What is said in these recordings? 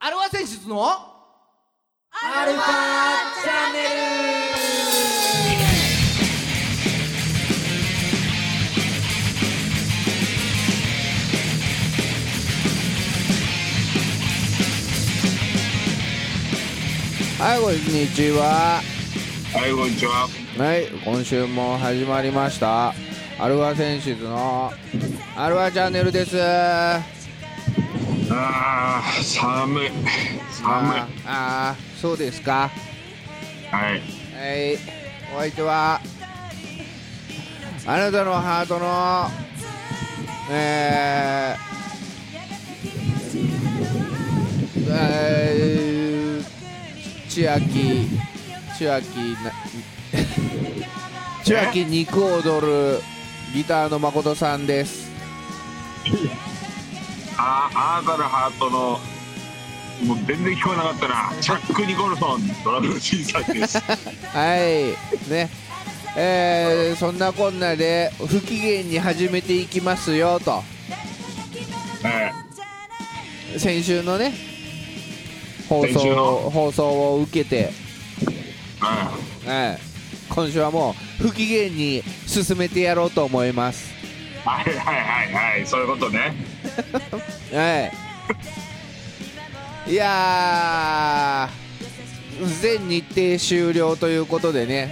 アルファ選出のアルファチャンネルはいこんにちははい、こんにちは。はい今週も始まりましたアルファ選出のアルファチャンネルですああ、寒い。寒い。あーあーそうですかはい。はい、お相手はあなたのハートの、えーえー、千秋千秋な千秋肉踊るギターの誠さんですああ、あなたのハートの。もう全然聞こえなかったな。チャック・ニコルソン、ドラムの審査です。はいねえーそんなこんなで不機嫌に始めていきますよとはい。先週のね放先週送の放送を受けて、はええ今週はもう不機嫌に進めてやろうと思います、い。はい、はい、はい、はい、そういうことね。ええいやー全日程終了ということでね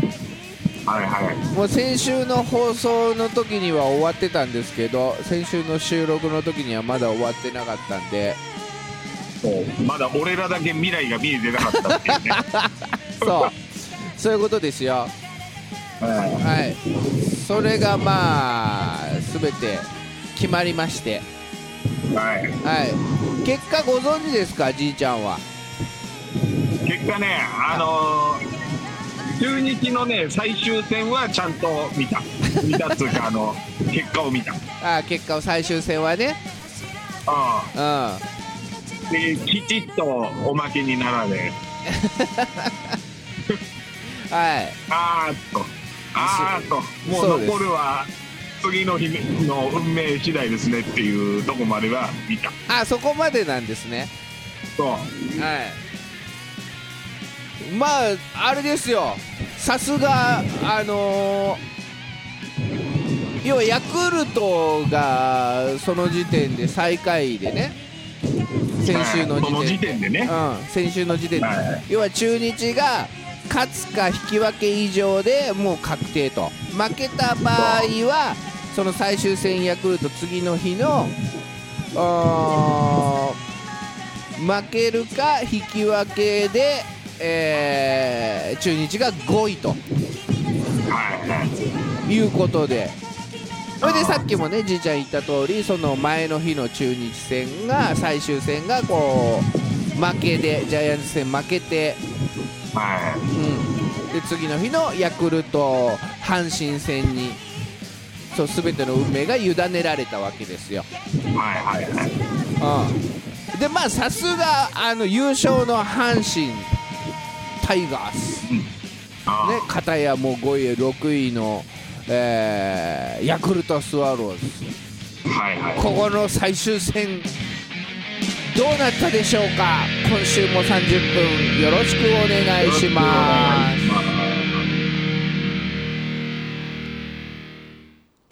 はい、はい。もう先週の放送の時には終わってたんですけど先週の収録の時にはまだ終わってなかったんでそうまだ俺らだけ未来が見えてなかったっていうね。そうそういうことですよははい、それがまあ全て決まりまして、い。はい。はい、結果ご存知ですかじいちゃんは結果ね、あのー。中日のね、最終戦はちゃんと見た。見たっつうか、あの、結果を見た。あ結果を最終戦はね、あうん、ああ、で、きちっとおまけにならね。はいあーっとあーっともそううです残るは次の日の運命次第ですねっていうとこまでは見たあそこまでなんですね、そうはい、まああれですよさすがあのー要はヤクルトがその時点で最下位でね先週のはいその時時点点ででね、うん、先週の時点で、はい要は中日が勝つか引き分け以上でもう確定と負けた場合はその最終戦ヤクルト次の日のうーん負けるか引き分けで、えー中日が5位とはいはいいうことで。それでさっきもねじいちゃん言った通りその前の日の中日戦が最終戦がこう負けでジャイアンツ戦負けてはうん、で次の日のヤクルト阪神戦にそう全ての運命が委ねられたわけですよ、いはいはいはいうん、でまあさすがあの優勝の阪神タイガース、ね、あー片やもう5位6位の、えーヤクルトスワローズはいはいここの最終戦どうなったでしょうか今週も30分よろしくお願いします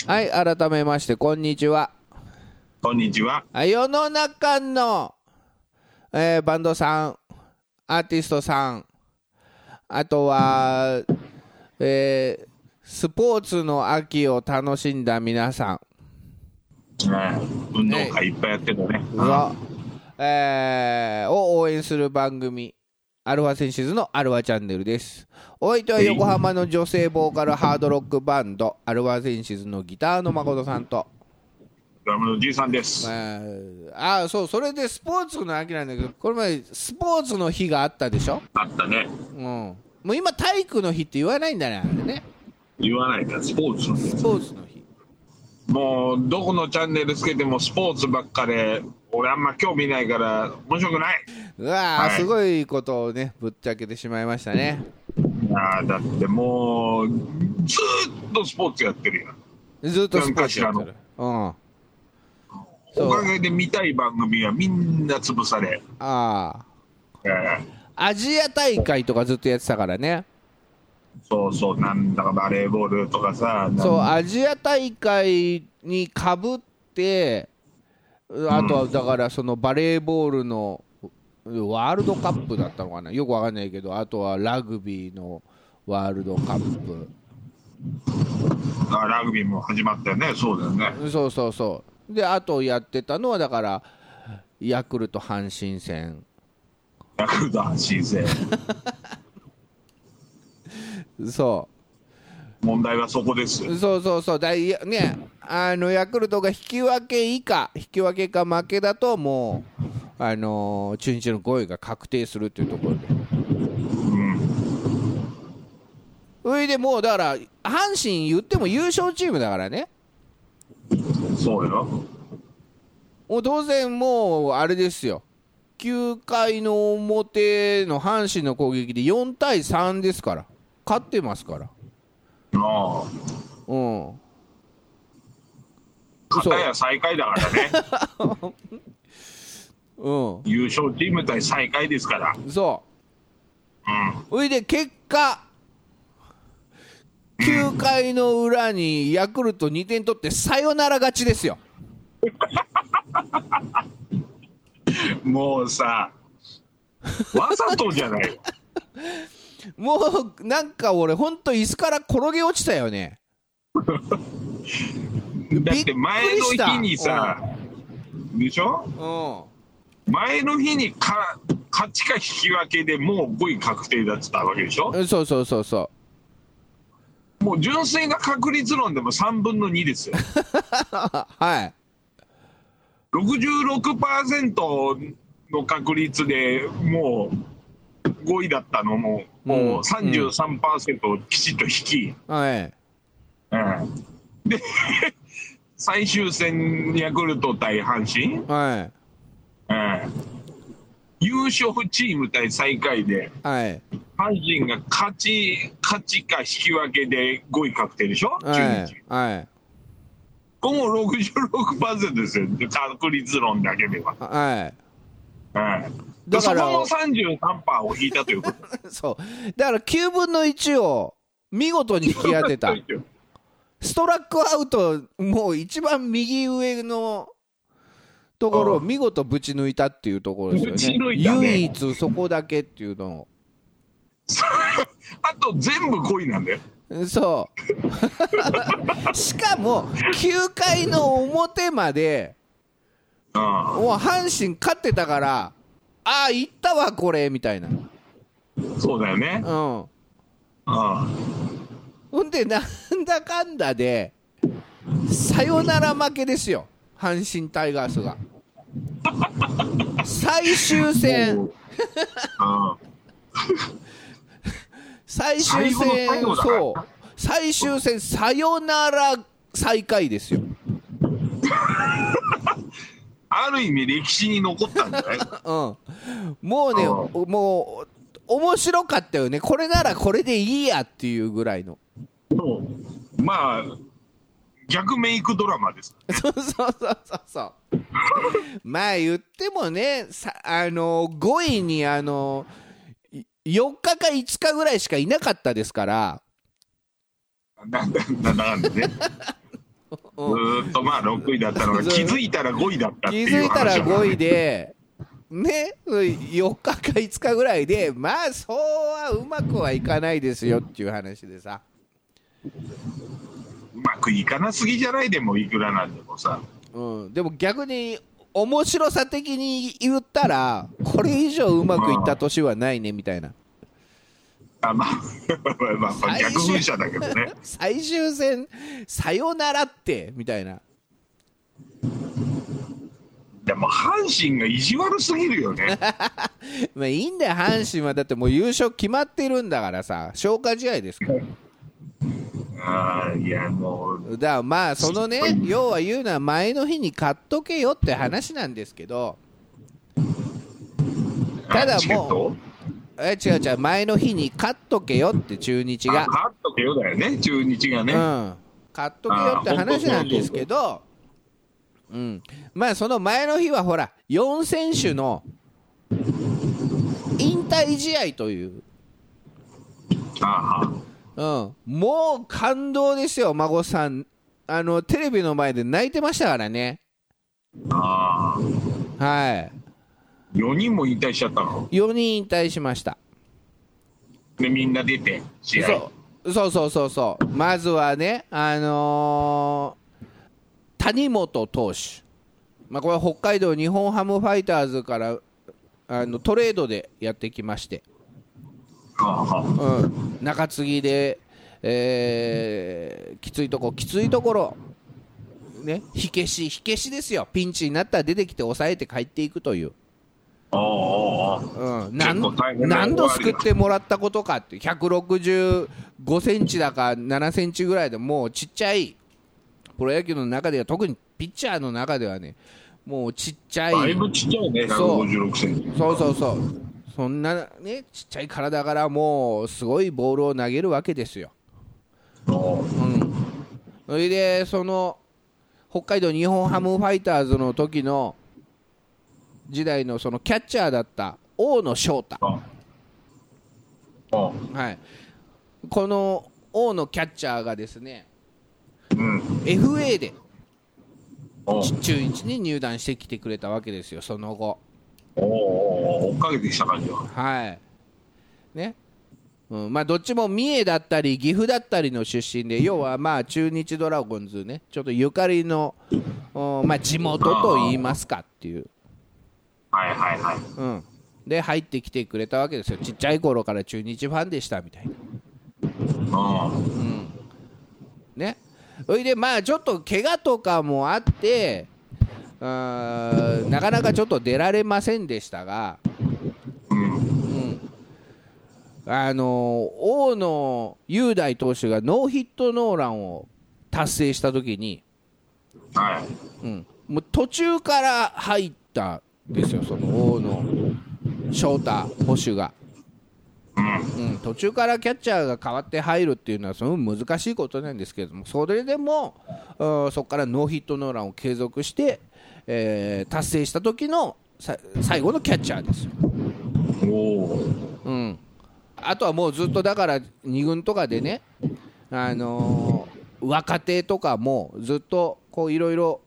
はい、改めまして、こんにちは。こんにちはあ世の中の、えーバンドさん、アーティストさん、あとは、えースポーツの秋を楽しんだ皆さん、はい運動会いっぱいやってたねが、えーを応援する番組、アルファセンシズのアルファチャンネルです。お相手は横浜の女性ボーカルハードロックバンド、アルファセンシズのギターの誠さんと、ドラムのじいさんですまあ、あそうそれでスポーツの秋なんだけどこれ前スポーツの日があったでしょ、あったねうん、もう今体育の日って言わないんだねあれね言わないからスポーツのスポーツの日もうどこのチャンネルつけてもスポーツばっかで俺あんま興味ないから面白くないうわー、はいすごいことをねぶっちゃけてしまいましたねいやーだってもうずーっとスポーツやってるやんずっとスポーツやってる、うん、そうおかげで見たい番組はみんな潰され、あえーあアジア大会とかずっとやってたからねそうそう、なんだかバレーボールとかさ、なんそうアジア大会にかぶってうあとはだからそのバレーボールのうワールドカップだったのかなよくわかんないけどあとはラグビーのワールドカップあラグビーも始まったよね、そうだよね。そうそうそうであとやってたのはだからヤクルト阪神戦ヤクルト阪神戦。そ問題はそこですよ。うそうそうそうだいやねあのヤクルトが引き分け以下引き分けか負けだともうあのー中日の5位が確定するっていうところでうん。それでもうだから阪神言っても優勝チームだからねそうよ。もう当然もうあれですよ9回の表の阪神の攻撃で4対3ですから勝ってますからああ。うん片や最下位だから ね。うん優勝チーム対最下位ですから。そうん。うそれで結果9回の裏にヤクルト2点取ってサヨナラ勝ちですよもうさ、わざとじゃないよ。もうなんか俺ほんと椅子から転げ落ちたよねだって前の日にさ、でしょうん前の日にか勝ちか引き分けでもう5位確定だってたわけでしょうんそうそうそうそう もう純粋な確率論でも3分の2です よ。あはい66%の確率でもう5位だったのも、もう33%をきちっと引き、はいうんで 最終戦ヤクルト対阪神、はいうん優勝チーム対最下位ではい阪神が勝ち勝ちか引き分けで5位確定でしょ、は中日いはいこれもう66%ですよ確率論だけでは。はいうんだからそこも33%を引いたとい うことそうだから9分の1を見事に引き当てたストラックアウトもう一番右上のところを見事ぶち抜いたっていうところですよぶねち抜いたね唯一そこだけっていうのあと全部5位なんだよ。をそう しかも9回の表までうもう阪神勝ってたからああ行ったわこれみたいなうんん、そうだよね。うん、ほんで、なんだかんだで、サヨナラ負けですよ、阪神タイガースが。最終も戦、ううん最終最後の戦最後、だからそう、最終戦、サヨナラ最下位ですよ。ある意味歴史に残ったんじゃないうん、もうね、うもう、面白かったよね、これならこれでいいやっていうぐらいの。 そうまあ逆メイクドラマです。そうそうそうそうそう。まあ言ってもね、さあの5位にあのい4日か5日ぐらいしかいなかったですから、なんだなんだなんだね。ずうんーっとまあ6位だったのがそう気づいたら5位だったっ気てづいういたら話だから5位で、ね、4日か5日ぐらいで、まあそうはうまくはいかないですよっていう話でさ、うまくいかなすぎじゃないでもいくらなんでもさうん、でも逆に面白さ的に言ったら、これ以上うまくいった年はないねみたいな。あまあまあまあ逆噴射だけどね最終戦さよならってみたいなでも阪神が意地悪すぎるよねまあいいんだよ阪神はだってもう優勝決まってるんだからさ消化試合ですからあーいやもうだからまあそのね要は言うのは前の日に買っとけよって話なんですけどただチケッもうトえ違う違う前の日に買っとけよって中日あが勝っとけよだよね中日がね、うん買っとけよって話なんですけどうん、まあその前の日はほら4選手の引退試合という、ああうん、もう感動ですよ孫さんあのテレビの前で泣いてましたからねああは4人も引退しちゃったのい4人引退しましたでみんな出て試合そうそうそうそうそうまずはねあのー谷本投手まあこれは北海道日本ハムファイターズからあのトレードでやってきましてああうん、中継ぎで、えーきついとこ、きついところ、ね、火消し、火消しですよ、ピンチになったら出てきて、抑えて帰っていくという、あああうん、なん結構大変な何度救ってもらったことかって、165センチだか7センチぐらいでもうちっちゃい、プロ野球の中では、特にピッチャーの中ではね、もうちっちゃい。だいぶちっちゃいねそう156センチそうそうそう、そんなね、ちっちゃい体からもう、すごいボールを投げるわけですよ。ああうん、それで、その北海道日本ハムファイターズの時の時代のそのキャッチャーだった大野翔太、ああはい、この大野キャッチャーがですね、うん。 FA でおう中日に入団してきてくれたわけですよ、その後。おうおう追っかけてきた感じは。はいねうんまあ、どっちも三重だったり岐阜だったりの出身で要はまあ中日ドラゴンズねちょっとゆかりの、おまあ、地元と言いますかっていう、はいはいはい。うん、で入ってきてくれたわけですよちっちゃい頃から中日ファンでしたみたいなうん。ねそれでまあちょっと怪我とかもあってうーんなかなかちょっと出られませんでしたが、うん。あのー大野雄大投手がノーヒットノーランを達成したときに、はい。うん、もう途中から入ったんですよ、その大野翔太捕手が、うん。うん。途中からキャッチャーが変わって入るっていうのは、すごい難しいことなんですけれども、それでも、うんそこからノーヒットノーランを継続して、えー達成した時のさ最後のキャッチャーですよ。おお。うん、あとはもうずっとだから2軍とかでね、あのー若手とかもずっとこういろいろ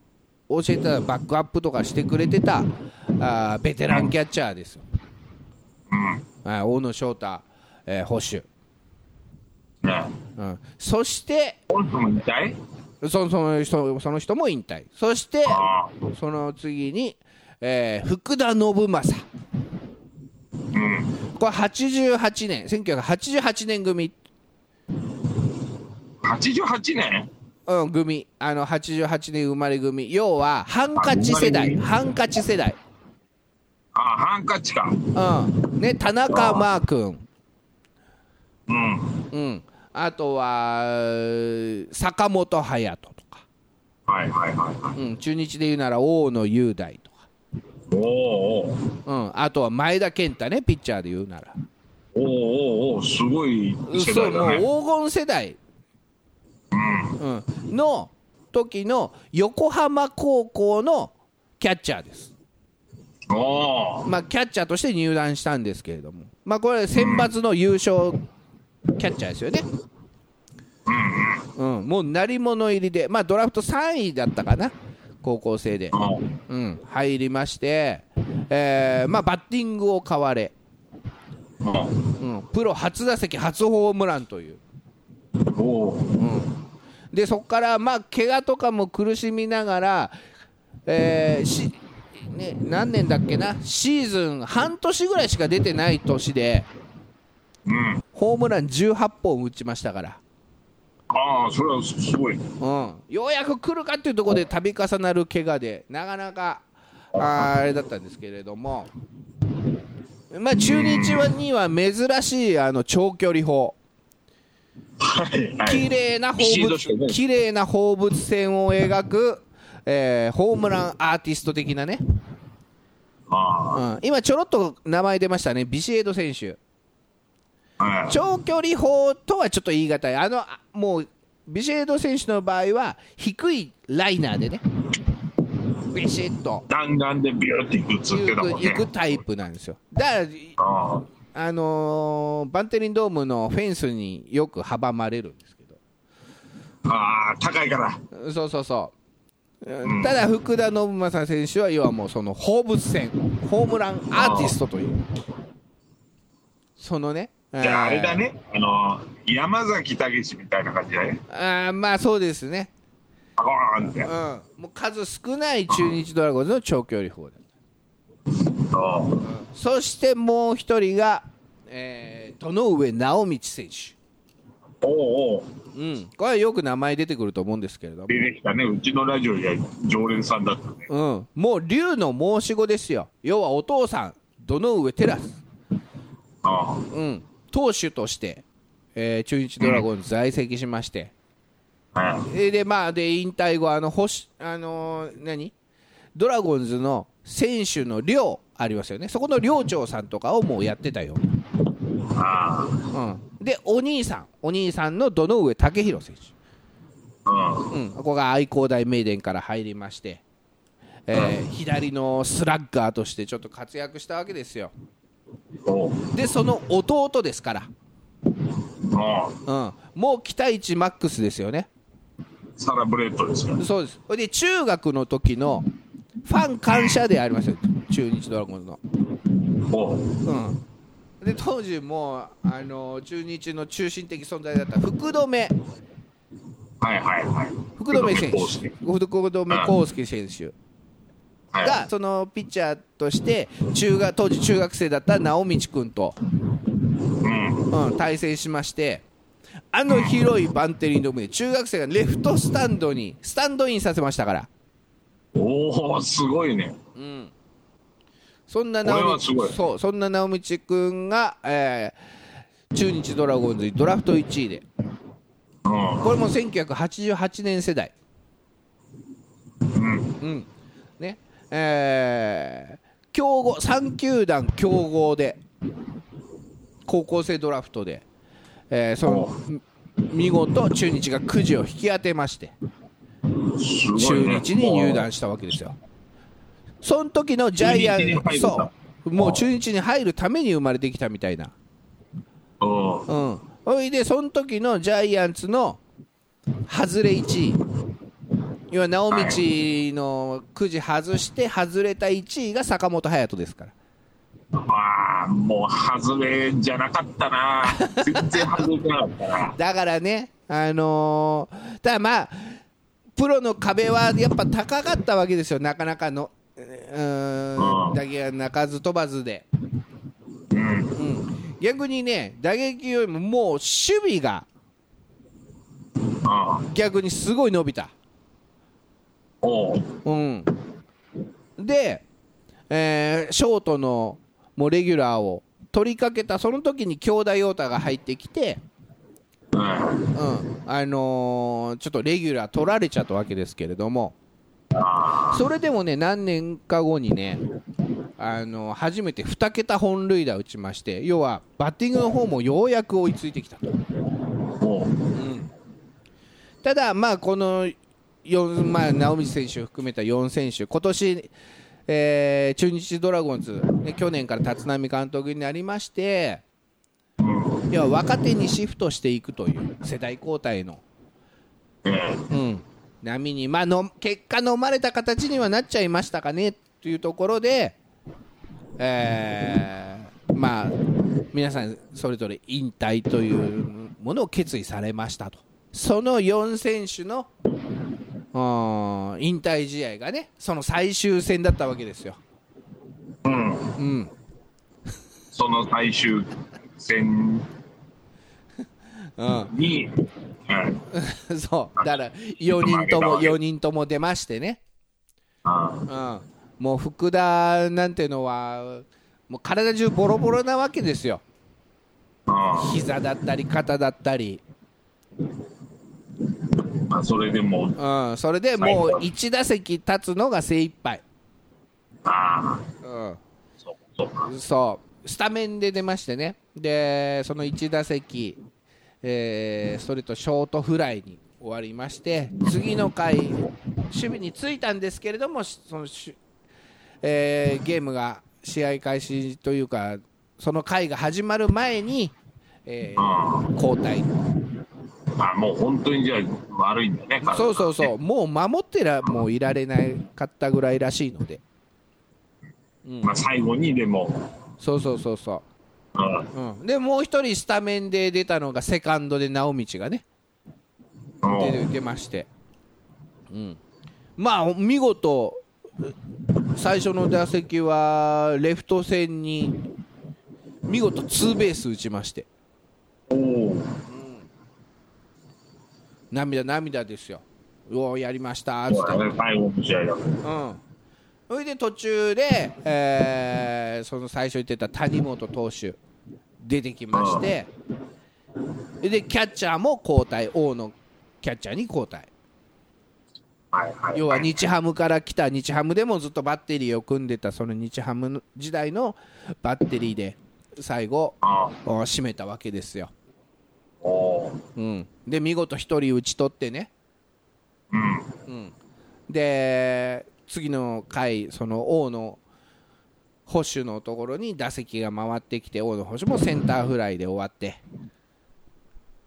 教えてたバックアップとかしてくれてたあーベテランキャッチャーですよ、うはい大野翔太、えー捕手、ん。ね。うん、そしてこの人も引退そその人その人も引退そしてああ。その次に、えー福田信正うん。これ88年1988年組88年うん、組あの88年生まれ組要はハンカチ世代あ生まれ組ハンカチ世代、ああ、ハンカチか。うんね、田中マー君、うん。うん、あとは坂本勇人とか、はいはいはいはうん、中日で言うなら大野雄大とか、い。おーうん、あとは前田健太ねピッチャーで言うなら、おー。おーおーおーすごい世そう代もだね。う黄金世代、うん、の時の横浜高校のキャッチャーです。おーまあ、キャッチャーとして入団したんですけれども、まあ、これ、選抜の優勝キャッチャーですよね。うん、もう鳴り物入りで、まあ、ドラフト3位だったかな、高校生で、おーうん、入りまして、えーまあ、バッティングを買われ、おーうん、プロ初打席、初ホームランという、おーでそこから、まあ、怪我とかも苦しみながら、えーしね、何年だっけな、シーズン半年ぐらいしか出てない年で。うん。ホームラン18本打ちましたから、ああ、それはすごい。うん、ようやく来るかっていうところで度重なる怪我で、なかなかあーあれだったんですけれども、まあ、中日はには珍しいあの長距離砲、はいは綺い。麗な放シードして物ね綺麗な放物線を描く、えーホームランアーティスト的なね、うあん、今、ちょろっと名前出ましたね、ビシエド選手。あ。はい。長距離砲とはちょっと言い難い、あのあもうビシエド選手の場合は低いライナーでね、ビシッと弾丸でビューっていくっつってたもん行ねくタイプなんですよだからああのーバンテリンドームのフェンスによく阻まれるんですけどあー高いからうんそうそうそう、うんただ福田信正選手は要はもうその放物線ホームランアーティストというそのねじゃああえーれだねあの山崎武史みたいな感じだねあーまあそうですね、パコーンってうん、もう数少ない中日ドラゴンズの長距離砲だ、そううんそしてもう一人が、えー、戸上直道選手、おうおううん、これはよく名前出てくると思うんですけれども、出てきたねうちのラジオや常連さんだったねうん、もう龍の申し子ですよ要はお父さん戸上テラスあうん、投手として、えー中日ドラゴンズ在籍しまして、あ、うん、えーでまあ、で引退後、あの星あのー何ドラゴンズの選手の寮ありますよね、そこの寮長さんとかをもうやってたよ、あうん、でお兄さん、お兄さんの堂上武弘選あうん手、うん、ここが愛工大名電から入りまして、えー左のスラッガーとしてちょっと活躍したわけですよ、おうでその弟ですから、おううん、もう期待値マックスですよね。サラブレッドですよそうです。ほいで中学の時のファン感謝デーありましたよ。中日ドラゴンズの。おううん。で当時もうあの中日の中心的存在だった福留はいはいはい福留選手康介、福留康介選手はい、がそのピッチャーとして中学当時中学生だった直道君と、うんうん、対戦しまして。あの広いバンテリンドームで中学生がレフトスタンドにスタンドインさせましたから、おおすごいねうん、そんなこれ直はすご道いそうそんな直道君が、えー中日ドラゴンズにドラフト1位でうんこれも1988年世代うん、ねえー強豪3球団強豪で高校生ドラフトで、えーその見事中日がくじを引き当てましてすごい中ね日に入団したわけですよ。その時のジャイア中日に入ンるんだそう、もう中日に入るために生まれてきたみたいな。うんうん。ほいで、その時のジャイアンツの外れ1位。要は、直道のくじ外して、外れた1位が坂本勇人ですから。ああ、もう外れじゃなかったな。全然外れてなかったな。だからね、あのーただまあ、プロの壁はやっぱ高かったわけですよ、なかなかの、うー、うんん打撃が鳴かず飛ばずで。うん、うん、逆にね、打撃よりももう守備があ逆にすごい伸びた。おう、うん、で、えーショートのもうレギュラーを取りかけた、その時に京田陽太が入ってきて、うん、うんあのーちょっとレギュラー取られちゃったわけですけれども、それでもね、何年か後にね、あのー初めて2桁本塁打打ちまして、要はバッティングの方もようやく追いついてきたと。おう、ただ、まあ、この4、まあ、直道選手を含めた4選手、今年、えー中日ドラゴンズ、ね、去年から立浪監督になりまして、要は若手にシフトしていくという世代交代の、えうん、波に、まあ、の結果、飲まれた形にはなっちゃいましたかねというところで、えーまあ、皆さんそれぞれ引退というものを決意されましたと、その4選手のうん引退試合がね、その最終戦だったわけですよ。えうん、うんその最終戦うん、 に、うん、そうだから4人とも4人とも出ましてね、あうん、もう福田なんてのはもう体中ボロボロなわけですよあ、膝だったり肩だったり、まあ、それでも、うん、それでもう1打席立つのが精一杯、ああ、うそう、そうか、ん、そうスタメンで出ましてねでその1打席、えーそれとショートフライに終わりまして次の回守備についたんですけれども、しそのしえーゲームが試合開始というか、その回が始まる前に、えー交代、あもう本当にじゃあ悪いんだね、体そうそうそう、もう守ってらもういられなかったぐらいらしいので、うんまあ、最後にでも、そうそうそうそうんう、うん、でもう一人スタメンで出たのが、セカンドで直道がね、うん出出まして、うん、まあ見事最初の打席はレフト線に見事ツーベース打ちましておー涙涙ですようおーやりましたーっつってそうだね最後の試合だうんそれで途中で、えーその最初言ってた谷本投手出てきましてでキャッチャーも交代王のキャッチャーに交代はいはい要は日ハムから来た日ハムでもずっとバッテリーを組んでたその日ハム時代のバッテリーで最後あお締めたわけですよ、おーうん、で見事1人打ち取ってねうんで次の回その王の捕手のところに打席が回ってきて王の捕手もセンターフライで終わって、ね、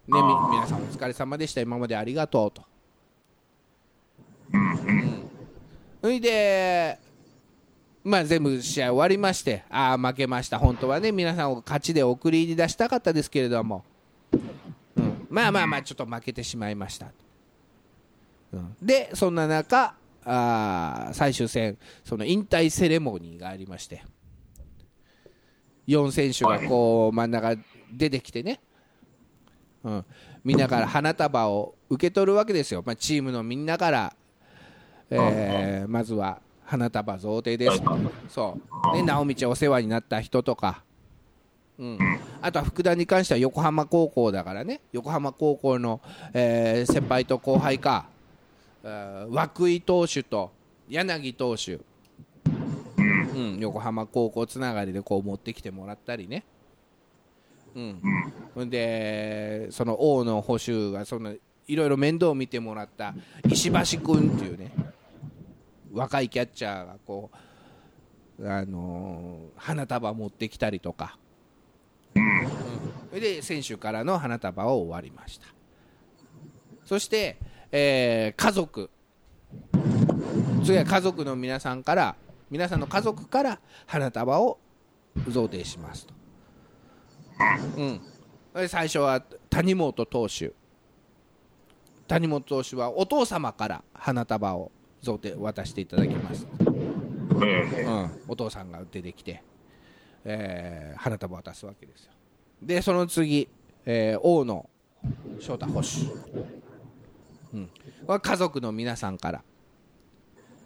みあー皆さんお疲れ様でした今までありがとうとうんうんそれで、まあ、全部試合終わりまして、ああ、負けました、本当はね、皆さんを勝ちで送り出したかったですけれども、うん、まあまあまあ、ちょっと負けてしまいました。うん、で、そんな中、あー最終戦、その引退セレモニーがありまして、4選手がこう真ん中出てきてね、うん、みんなから花束を受け取るわけですよ、まあ、チームのみんなから、えーまずは花束贈呈です、そう、ね、直道お世話になった人とか、うん、あとは福田に関しては横浜高校だからね、横浜高校の、えー先輩と後輩か、えー涌井投手と柳投手、うん、横浜高校つながりでこう持ってきてもらったりね。うん、ほんでその王の捕手がそのいろいろ面倒を見てもらった石橋君っていうね若いキャッチャーがこう、あのー花束持ってきたりとか、うん、それで選手からの花束を終わりましたそして、えー家族次は家族の皆さんから皆さんの家族から花束を贈呈しますと、うん、で最初は谷本投手谷本投手はお父様から花束を贈呈渡していただきます、えうえん、お父さんが出てきて、えー花束を渡すわけですよでその次、えー大野翔太捕手、うん、これ家族の皆さんから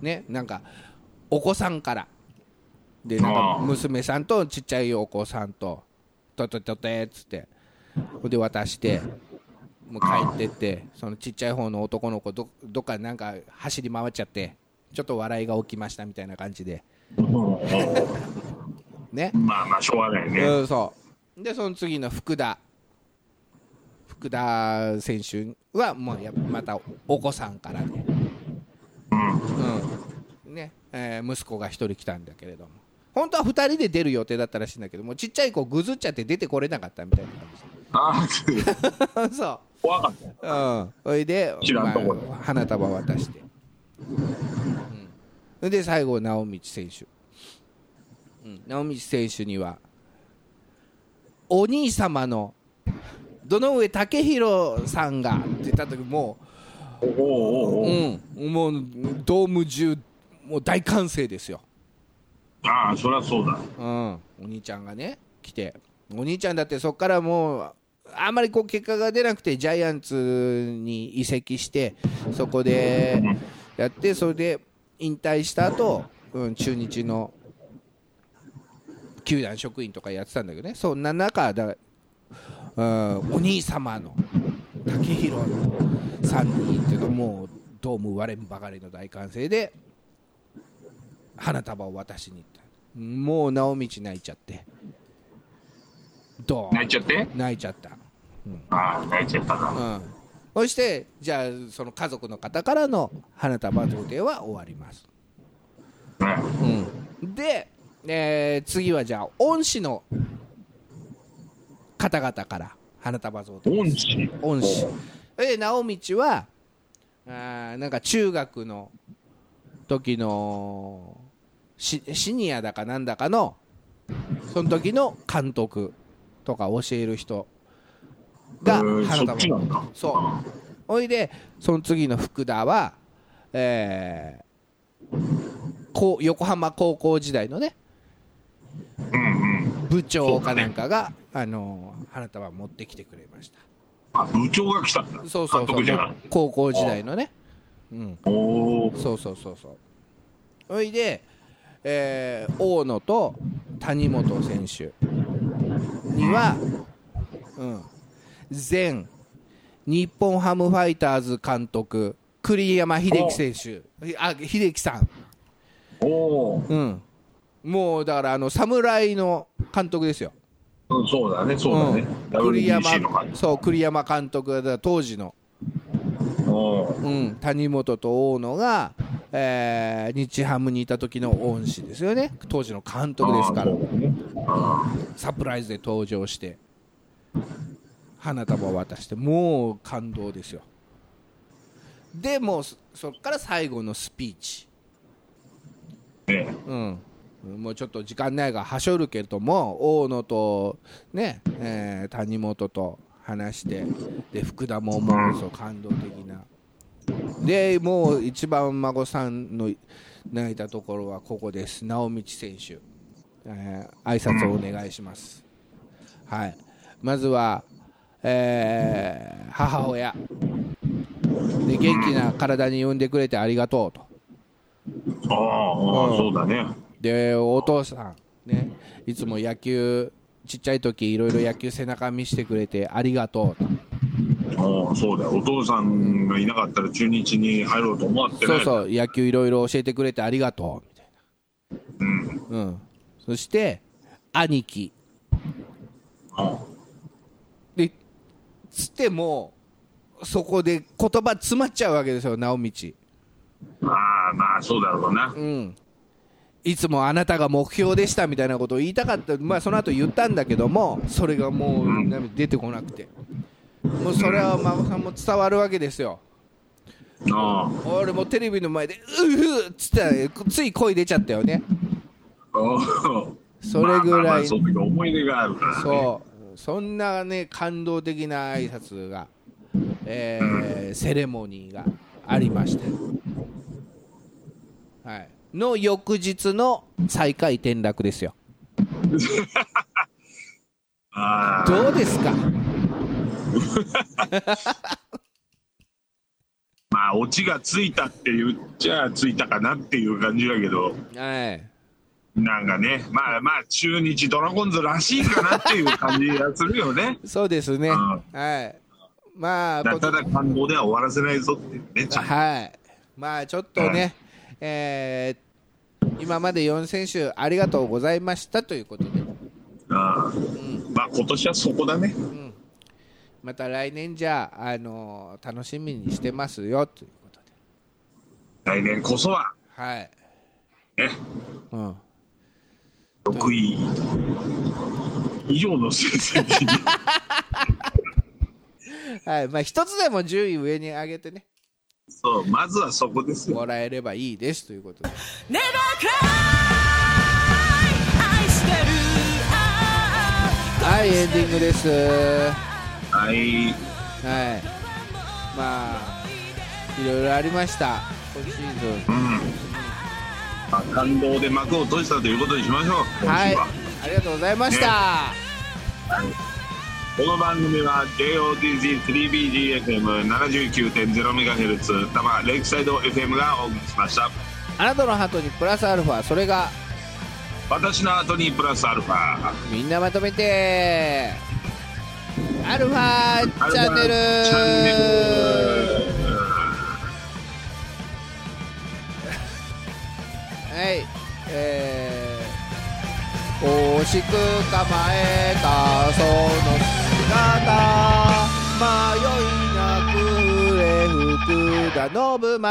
ねなんかお子さんからでなんあかー娘さんとちっちゃいお子さんとととととえっつってで渡してもう帰ってってそのちっちゃい方の男の子どどっかなんか走り回っちゃってちょっと笑いが起きましたみたいな感じでおー ね、まあまあしょうがないね、うん、そうでその次の福田福田選手はもうやっぱまたお子さんからね,、うんねえー息子が1人来たんだけれども本当は2人で出る予定だったらしいんだけどもうちっちゃい子ぐずっちゃって出てこれなかったみたいなあー感じ そう怖かったうん、それで、知らんとこであ花束渡して、うん、それで最後直道選手、うん、直道選手にはお兄様の堂上武弘さんがって言った時もおーおう、ーおーうん、もうドーム中もう大歓声ですよ、ああそりゃそうだうん、お兄ちゃんがね来てお兄ちゃんだってそこからもうあんまりこう結果が出なくてジャイアンツに移籍してそこでやってそれで引退した後、うん、中日の球団職員とかやってたんだけどねそんな中だ、うん、お兄様の武弘さんにっていうのもうドーム割れんばかりの大歓声で花束を渡しに行ったもう直道泣いちゃってどう泣いちゃって泣いちゃったああ泣いちゃったなうん、そしてじゃあその家族の方からの花束贈呈は終わります、うんうん、で、えー次はじゃあ恩師の方々から花束贈呈恩師恩師で直道はあーなんか中学の時のシシニアだかなんだかのその時の監督とか教える人がえー花そっちな束んだそうおいでその次の福田はえーこう横浜高校時代のねうんうん部長かなんかが、あのー花束持ってきてくれましたあ部長が来たんだそうそう監そう督じゃない高校時代のねうんおおそうそうそうそうほいで、えー大野と谷本選手には、うん、前日本ハムファイターズ監督栗山英樹選手あ英樹さん、おおうん、もうだからあの侍の監督ですようんそうだねそうだね、うん WBC の感じそう栗山監督がだから当時のおーうん、谷本と大野が、えー日ハムにいた時の恩師ですよね当時の監督ですからあーそうだねサプライズで登場して花束を渡してもう感動ですよでもうそそっから最後のスピーチねうんもうちょっと時間ないがはしょるけれども大野とね、えー谷本と話してで福田ももうそう感動的なでもう一番孫さんの泣いたところはここです直道選手、えー挨拶をお願いしますはいまずは、えー母親で元気な体に産んでくれてありがとうとあーあうーんそうだねでお父さん、ね、いつも野球ちっちゃい時いろいろ野球背中見せてくれてありがとうおーそうだよお父さんがいなかったら中日に入ろうと思わってそなういそう野球いろいろ教えてくれてありがとうみたいな、うんそして兄貴でつってもそこで言葉詰まっちゃうわけですよ直道まあまあそうだろうなうんいつもあなたが目標でしたみたいなことを言いたかった、まあ、その後言ったんだけどもそれがもうな出てこなくてもうそれは孫さんも伝わるわけですよあ俺もテレビの前で「うふっつったらつい声出ちゃったよねあうん それぐらいまあまあまあその時思い出があるからねそうそんなね感動的な挨拶が、えーセレモニーがありまして、はい、の翌日の最下位転落ですよ ああどうですかまあオチがついたって言っちゃついたかなっていう感じだけどはいなんかねまあまあ中日ドラゴンズらしいかなっていう感じがするよ ねそうですね、うんはいまあだこただ感動では終わらせないぞっていうねちゃんとはいまあちょっとね、えー今まで4選手ありがとうございましたということでああまあ今年はそこだねまた来年じゃあ、あのー楽しみにしてますよということで来年こそははい、ねうん、 6位以上の成績にはいまあ一つでも10位上に上げてねそうまずはそこですよもらえればいいですということで Never cry 愛してるはいエンディングですははいいまあいろいろありました今シーズンうんまあ感動で幕を閉じたということにしましょう今はい週は、ありがとうございました。この番組は JOTG3BGFM79.0MHz 多摩レイクサイド FM がお送りしましたあなたのハートにプラスアルファ、それが私の後にプラスアルファみんなまとめて。アルファチャンネル。チャンネルはい、えー、惜しく構えたその姿迷いなく福田信正